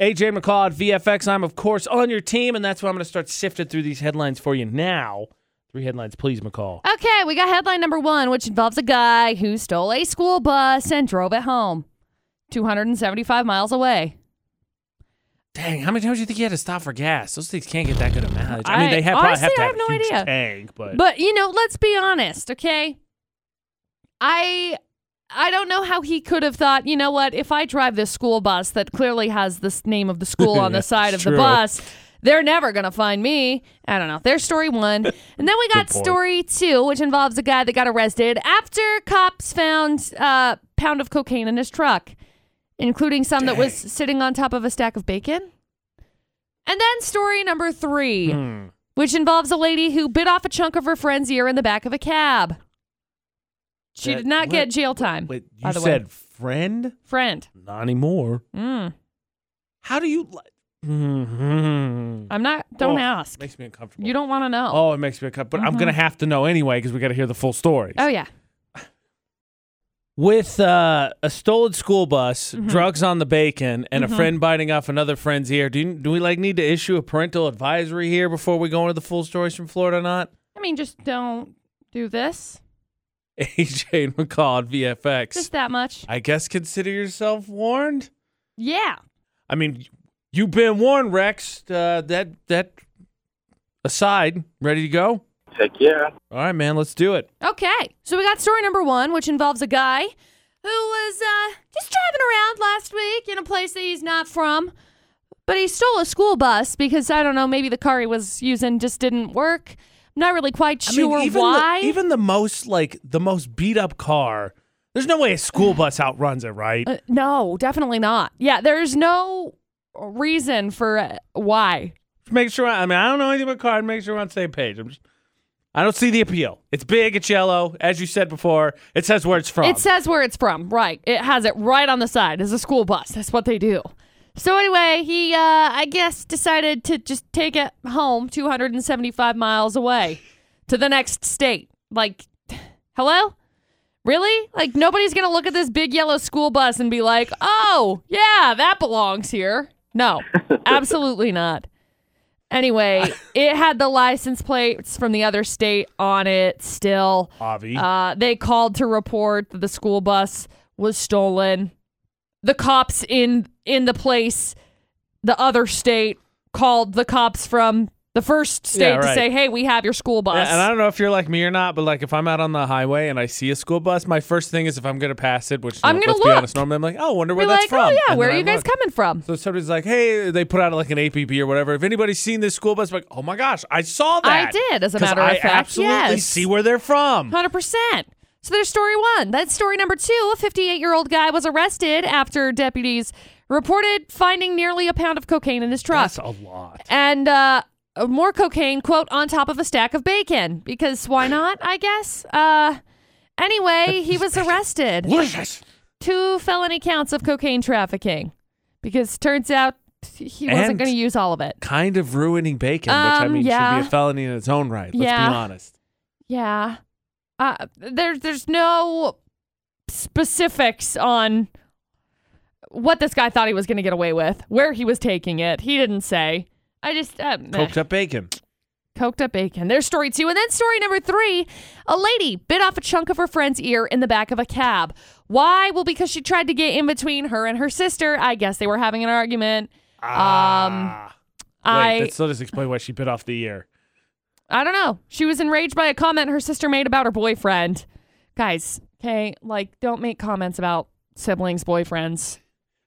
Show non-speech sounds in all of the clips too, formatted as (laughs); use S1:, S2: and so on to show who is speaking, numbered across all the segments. S1: AJ McCall at VFX. I'm, of course, on your team, and that's why I'm going to start sifting through these headlines for you now. Three headlines, please, McCall.
S2: Okay, we got headline number one, which involves a guy who stole a school bus and drove it home 275 miles away.
S1: Dang, how many times do you think he had to stop for gas? Those things can't get that good of mileage. I, mean,
S2: I-
S1: they have, probably
S2: honestly,
S1: have to
S2: I
S1: have,
S2: have no
S1: a huge
S2: idea.
S1: tank, but,
S2: But you know, let's be honest, okay? I I don't know how he could have thought, you know what, if I drive this school bus that clearly has this name of the school on
S1: (laughs)
S2: the
S1: That's
S2: side of the
S1: true.
S2: bus, they're never gonna find me. I don't know. There's story one. And then we got
S1: Good point.
S2: story two, which involves a guy that got arrested after cops found a pound of cocaine in his truck, including some that was sitting on top of a stack of bacon. And then story number three
S1: Hmm.
S2: which involves a lady who bit off a chunk of her friend's ear in the back of a cab. She
S1: That-
S2: did not
S1: what-
S2: get jail time.
S1: Wait, you
S2: by the
S1: said
S2: way,
S1: friend?
S2: friend.
S1: Not anymore.
S2: Mm,
S1: How do you? Li- Mhm.
S2: I'm not. Don't
S1: Oh,
S2: ask.
S1: Makes me uncomfortable.
S2: You don't want to know.
S1: Oh, it makes me uncomfortable. But I'm gonna have to know anyway because we got to hear the full story.
S2: Oh, yeah.
S1: With uh, a stolen school bus, drugs on the bacon, and a friend biting off another friend's ear, do you, do we like need to issue a parental advisory here before we go into the full stories from Florida? Or not (laughs)
S2: I mean, just don't do this.
S1: AJ and McCall at VFX.
S2: Just that much.
S1: I guess consider yourself warned.
S2: Yeah.
S1: I mean, you've been warned, Rex. Uh, that that aside, ready to go?
S3: Heck yeah.
S1: All right, man, let's do it.
S2: Okay. So we got story number one, which involves a guy who was uh, just driving around last week in a place that he's not from, but he stole a school bus because I don't know, maybe the car he was using just didn't work. I'm not really quite sure
S1: even
S2: why.
S1: The, even the most like the most beat up car. There's no way a school bus outruns it, right?
S2: Uh, no, definitely not. Yeah, there's no reason for uh, why.
S1: make sure. I mean, I don't know anything about cars. Make sure we're on the same page. I'm just, I don't see the appeal. It's big. It's yellow, as you said before. It says where it's from.
S2: It says where it's from, right? It has it right on the side. It's a school bus. That's what they do. So anyway, he, uh, I guess, decided to just take it home, 275 miles away, to the next state. Like, hello, really? Like nobody's gonna look at this big yellow school bus and be like, "Oh, yeah, that belongs here." No, absolutely not. Anyway, it had the license plates from the other state on it still.
S1: Avi.
S2: Uh, they called to report that the school bus was stolen. The cops in in the place, the other state, called the cops from the first state
S1: Yeah, right.
S2: to say, "Hey, we have your school bus."
S1: Yeah, and I don't know if you're like me or not, but like if I'm out on the highway and I see a school bus, my first thing is if I'm gonna pass it, which
S2: I'm
S1: let's
S2: gonna
S1: be
S2: look.
S1: honest, normally I'm like, oh, I wonder where
S2: Be
S1: that's
S2: like,
S1: from.
S2: "Oh yeah,
S1: And
S2: where
S1: then
S2: are
S1: I
S2: you guys
S1: look.
S2: coming from?"
S1: So somebody's like, hey, they put out like an APB or whatever. If anybody's seen this school bus, like, oh my gosh, I saw that.
S2: I did, as a
S1: 'Cause
S2: matter of
S1: I
S2: fact,
S1: absolutely
S2: yes.
S1: see where they're from.
S2: Hundred percent. So there's story one. That's story number two. A 58 year old guy was arrested after deputies reported finding nearly a pound of cocaine in his truck.
S1: That's a lot.
S2: and uh, more cocaine, quote, on top of a stack of bacon. Because why not, I guess? Uh, anyway, he was arrested.
S1: What is this?
S2: Two felony counts of cocaine trafficking. Because turns out he
S1: And-
S2: wasn't going to use all of it.
S1: Kind of ruining bacon, which I
S2: Um,
S1: mean should
S2: yeah.
S1: be a felony in its own right. Let's
S2: Yeah.
S1: be honest.
S2: Yeah. Uh, there's there's no specifics on what this guy thought he was going to get away with, where he was taking it. He didn't say. I just uh, meh.
S1: Coked up bacon.
S2: Coked up bacon. There's story two. And then story number three a lady bit off a chunk of her friend's ear in the back of a cab. Why? Well, because she tried to get in between her and her sister. I guess they were having an argument.
S1: Ah. Wait,
S2: Um, I
S1: that still doesn't explain why she bit off the ear.
S2: I don't know. She was enraged by a comment her sister made about her boyfriend. Guys, okay, like don't make comments about siblings' boyfriends.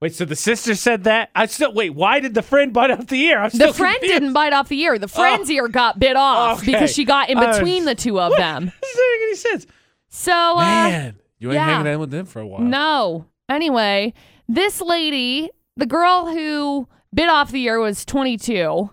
S1: Wait, so the sister said that? I still wait. Why did the friend bite off the ear? I'm
S2: The
S1: still
S2: friend
S1: confused. Oh.
S2: didn't bite off the ear. The friend's ear got bit off
S1: Okay. Oh.
S2: because she got in
S1: I was-
S2: between the two of them.
S1: This (laughs) doesn't make any sense.
S2: So uh,
S1: Man, you ain't
S2: yeah.
S1: hanging out with them for a while.
S2: No. Anyway, this lady, the girl who bit off the ear was 22.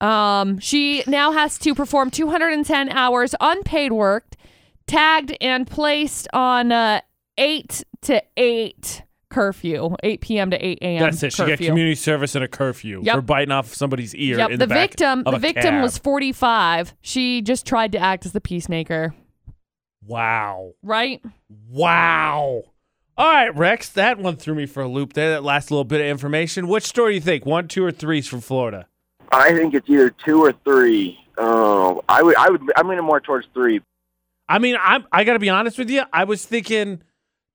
S2: Um, she now has to perform 210 hours unpaid work, tagged and placed on uh, 8 to 8 curfew, 8 p.m. to 8 a.m.
S1: That's it. She
S2: curfew.
S1: got community service and a curfew
S2: Yep.
S1: for biting off somebody's ear.
S2: Yep,
S1: in the,
S2: the,
S1: back
S2: victim,
S1: of
S2: the
S1: a
S2: victim
S1: cab.
S2: was 45. She just tried to act as the peacemaker,
S1: Wow,
S2: right?
S1: wow. All right, Rex, that one threw me for a loop there. That last little bit of information. Which story do you think? One, two, or three's from Florida?
S3: I think it's either two or three. Um, I would, I would, I'm leaning more towards three.
S1: I mean, I'm I gotta be honest with you. I was thinking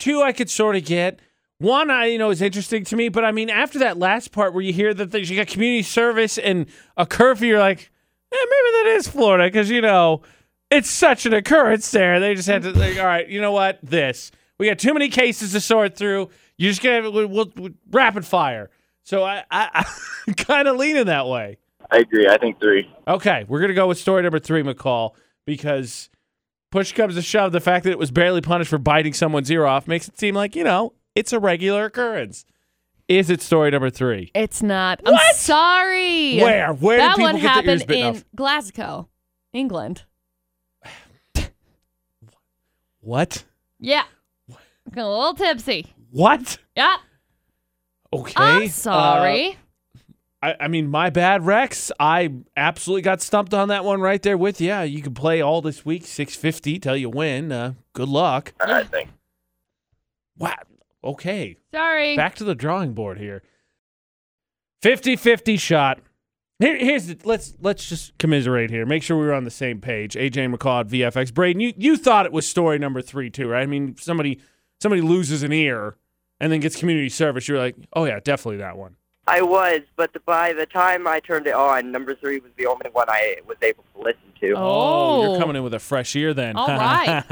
S1: two I could sort of get. One I you know is interesting to me, but I mean after that last part where you hear that there's- you got community service and a curfew, you're like, eh, maybe that is Florida because you know it's such an occurrence there. They just had to like, all right, you know what? This we got too many cases to sort through. You're just gonna we'll, we'll, we'll rapid fire. So I I, (laughs) I kind of leaning that way.
S3: I agree. I think three.
S1: Okay, we're gonna go with story number three, McCall, because push comes to shove. The fact that it was barely punished for biting someone's ear off makes it seem like you know it's a regular occurrence. Is it story number three?
S2: It's not. I'm sorry.
S1: Where? Where did
S2: uh, that
S1: people
S2: one
S1: get their ears
S2: happened
S1: bitten
S2: in
S1: off?
S2: Glasgow, England.
S1: What?
S2: Yeah. Got a little tipsy.
S1: What?
S2: Yeah.
S1: Okay.
S2: I'm sorry.
S1: Uh, I, I mean, my bad, Rex. I absolutely got stumped on that one right there with you. You can play all this week, six fifty till you win. Uh, good luck.
S3: I think.
S1: Wow. Okay.
S2: sorry.
S1: back to the drawing board here 50-50 shot here, here's the, let's let's just commiserate here make sure we were on the same page aj mccall at vfx braden you, you thought it was story number three too right i mean somebody somebody loses an ear and then gets community service you're like oh yeah definitely that one
S4: I was, but the, by the time I turned it on, number three was the only one I was able to listen to.
S2: Oh.
S1: you're coming in with a fresh ear then (laughs)
S2: All right.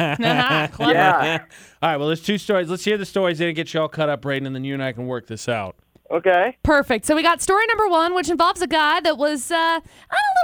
S2: Clever.
S4: Yeah.
S1: all right well there's two stories let's hear the stories then get y'all cut up braden and then you and i can work this out
S4: Okay.
S2: Perfect. So we got story number one, which involves a guy that was uh, on a little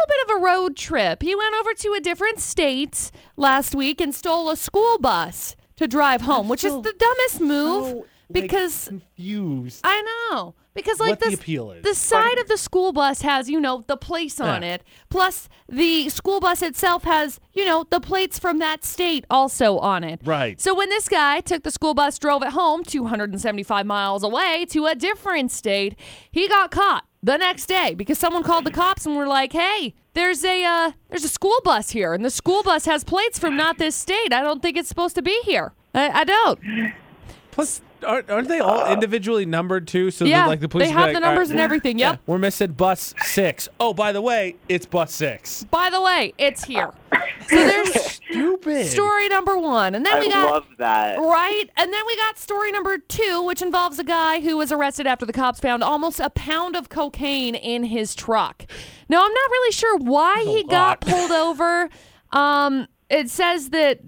S2: bit of a road trip. He went over to a different state last week and stole a school bus to drive home, which is the dumbest move because
S1: confused
S2: I know because like
S1: What the
S2: this-
S1: appeal is.
S2: the side of the school bus has you know the plates on
S1: Yeah.
S2: it, plus the school bus itself has you know the plates from that state also on it.
S1: Right.
S2: So when this guy took the school bus, drove it home 275 miles away to a different state, he got caught the next day because someone called the cops and were like, "Hey, there's a uh, there's a school bus here, and the school bus has plates from not this state. I don't think it's supposed to be here. I, I don't."
S1: Plus, aren't, aren't they all individually numbered too? So
S2: yeah,
S1: that, like the police
S2: they
S1: be like,
S2: have the
S1: "All right,
S2: numbers and everything. Yep.
S1: We're missing bus six. Oh, by the way, it's bus six.
S2: By the way, it's here. So there's
S1: (laughs) Stupid.
S2: story number one, and then
S4: I
S2: we got
S4: love that.
S2: right, and then we got story number two, which involves a guy who was arrested after the cops found almost a pound of cocaine in his truck. Now I'm not really sure why he got
S1: lot.
S2: pulled over. Um, it says that.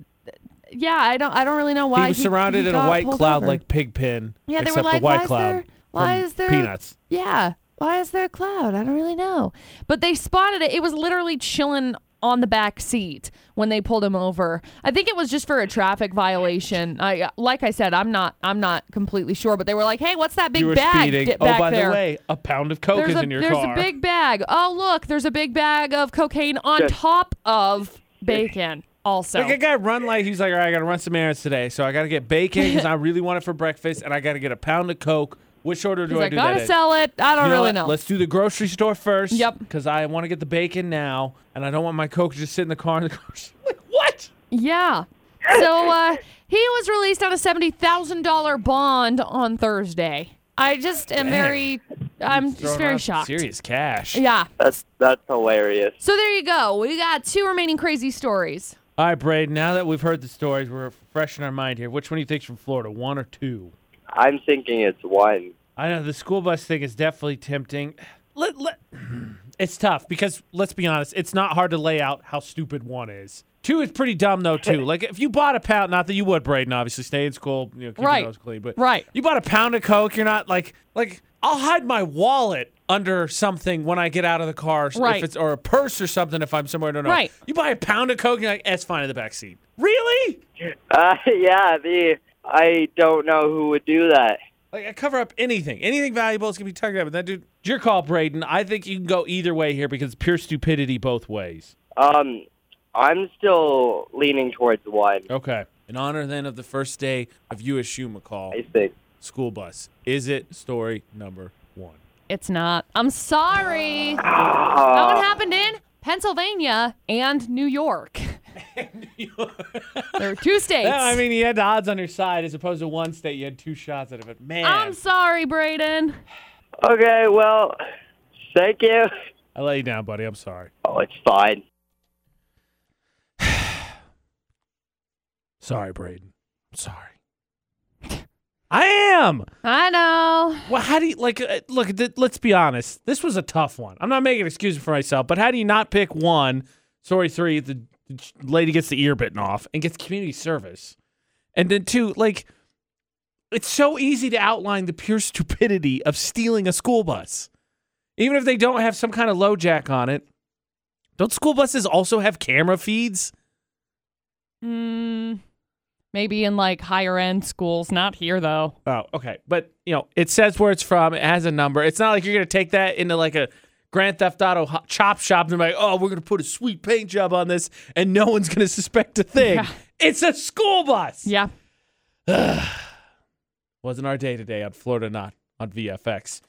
S2: Yeah, I don't. I don't really know why
S1: He was surrounded
S2: he
S1: in a
S2: got
S1: white
S2: pulled
S1: cloud
S2: over.
S1: like Pigpen.
S2: Yeah, they were
S1: except
S2: like,
S1: the white
S2: why is
S1: cloud
S2: there- why
S1: from
S2: is there-
S1: peanuts?
S2: Yeah. Why is there a cloud? I don't really know. But they spotted it. It was literally chilling on the back seat when they pulled him over. I think it was just for a traffic violation. I like I said, I'm not I'm not completely sure, but they were like, "Hey, what's that big
S1: You were
S2: bag
S1: speeding.
S2: di-
S1: oh,
S2: back
S1: by
S2: there?"
S1: the way, a pound of coke
S2: there's
S1: is
S2: a,
S1: in your
S2: there's
S1: car.
S2: a big bag. Oh, look, there's a big bag of cocaine on
S4: Good.
S2: top of bacon also.
S1: Like a guy run like he's like, all right, I gotta run some errands today, so I gotta get bacon because I really want it for breakfast, and I gotta get a pound of coke. Which order
S2: He's
S1: do I
S2: like,
S1: do
S2: "Gotta
S1: that in?
S2: sell it." I don't
S1: You know
S2: really
S1: what?
S2: know.
S1: Let's do the grocery store first.
S2: Yep.
S1: Because I want to get the bacon now, and I don't want my Coke to just sit in the (laughs) car. In the grocery. Like, what?
S2: Yeah. So uh, he was released on a seventy thousand dollar bond on Thursday. I just am very, I'm just
S1: Throwing
S2: very
S1: out some
S2: shocked.
S1: Serious cash.
S2: Yeah.
S4: That's that's hilarious.
S2: So there you go. We got two remaining crazy stories.
S1: All right, Braden. Now that we've heard the stories, we're fresh in our mind here. Which one do you think's from Florida? One or two?
S4: I'm thinking it's one. (laughs)
S1: I know the school bus thing is definitely tempting. Let, let, it's tough because let's be honest, it's not hard to lay out how stupid one is. Two is pretty dumb though too.
S2: (laughs)
S1: Like if you bought a pound, not that you would, Braden. Obviously, stay in school, you know, keep
S2: Right.
S1: your nose clean. But
S2: Right.
S1: you bought a pound of coke. You're not like like I'll hide my wallet under something when I get out of the car, s-
S2: Right.
S1: if it's or a purse or something. If I'm somewhere, I don't know.
S2: Right.
S1: You buy a pound of coke, you're like, that's fine in the back seat. Really?
S4: Uh, yeah, the I don't know who would do that.
S1: Like I cover up anything. Anything valuable is gonna be tucked up. And that dude, it's your call, Braden. I think you can go either way here because it's pure stupidity both ways.
S4: Um, I'm still leaning towards one.
S1: Okay. In honor then of the first day of USU McCall
S4: I think.
S1: school bus, is it story number (laughs) one?
S2: It's not. I'm sorry. That one
S4: Ah,
S2: happened in Pennsylvania and New York. There
S1: (laughs)
S2: are two states.
S1: Yeah, I mean, you had the odds on your side as opposed to one state. You had two shots out of it. Man,
S2: I'm sorry, Braden.
S4: Okay, well, thank you. (laughs)
S1: I let you down, buddy. I'm sorry.
S4: Oh, it's fine.
S1: Sorry, Braden. I'm sorry. I am.
S2: I know.
S1: Well, how do you like? uh, Look, th- let's be honest. This was a tough one. I'm not making excuses for myself, but how do you not pick one? Sorry, three. The lady gets the ear bitten off and gets community service, and then two, like, it's so easy to outline the pure (laughs) stupidity of stealing a school bus, even if they don't have some kind of low jack on it. Don't school buses also have camera feeds?
S2: Mm, maybe in like higher end schools. Not here though.
S1: Oh, okay. But you know, it says where it's from. It has a number. It's not like you're gonna take that into like a Grand Theft Auto ho- chop shop and be like, oh, we're gonna put a sweet paint job on this, and no one's gonna suspect a thing.
S2: Yeah.
S1: It's a school bus.
S2: Yeah.
S1: Wasn't our day today on Florida Not on VFX.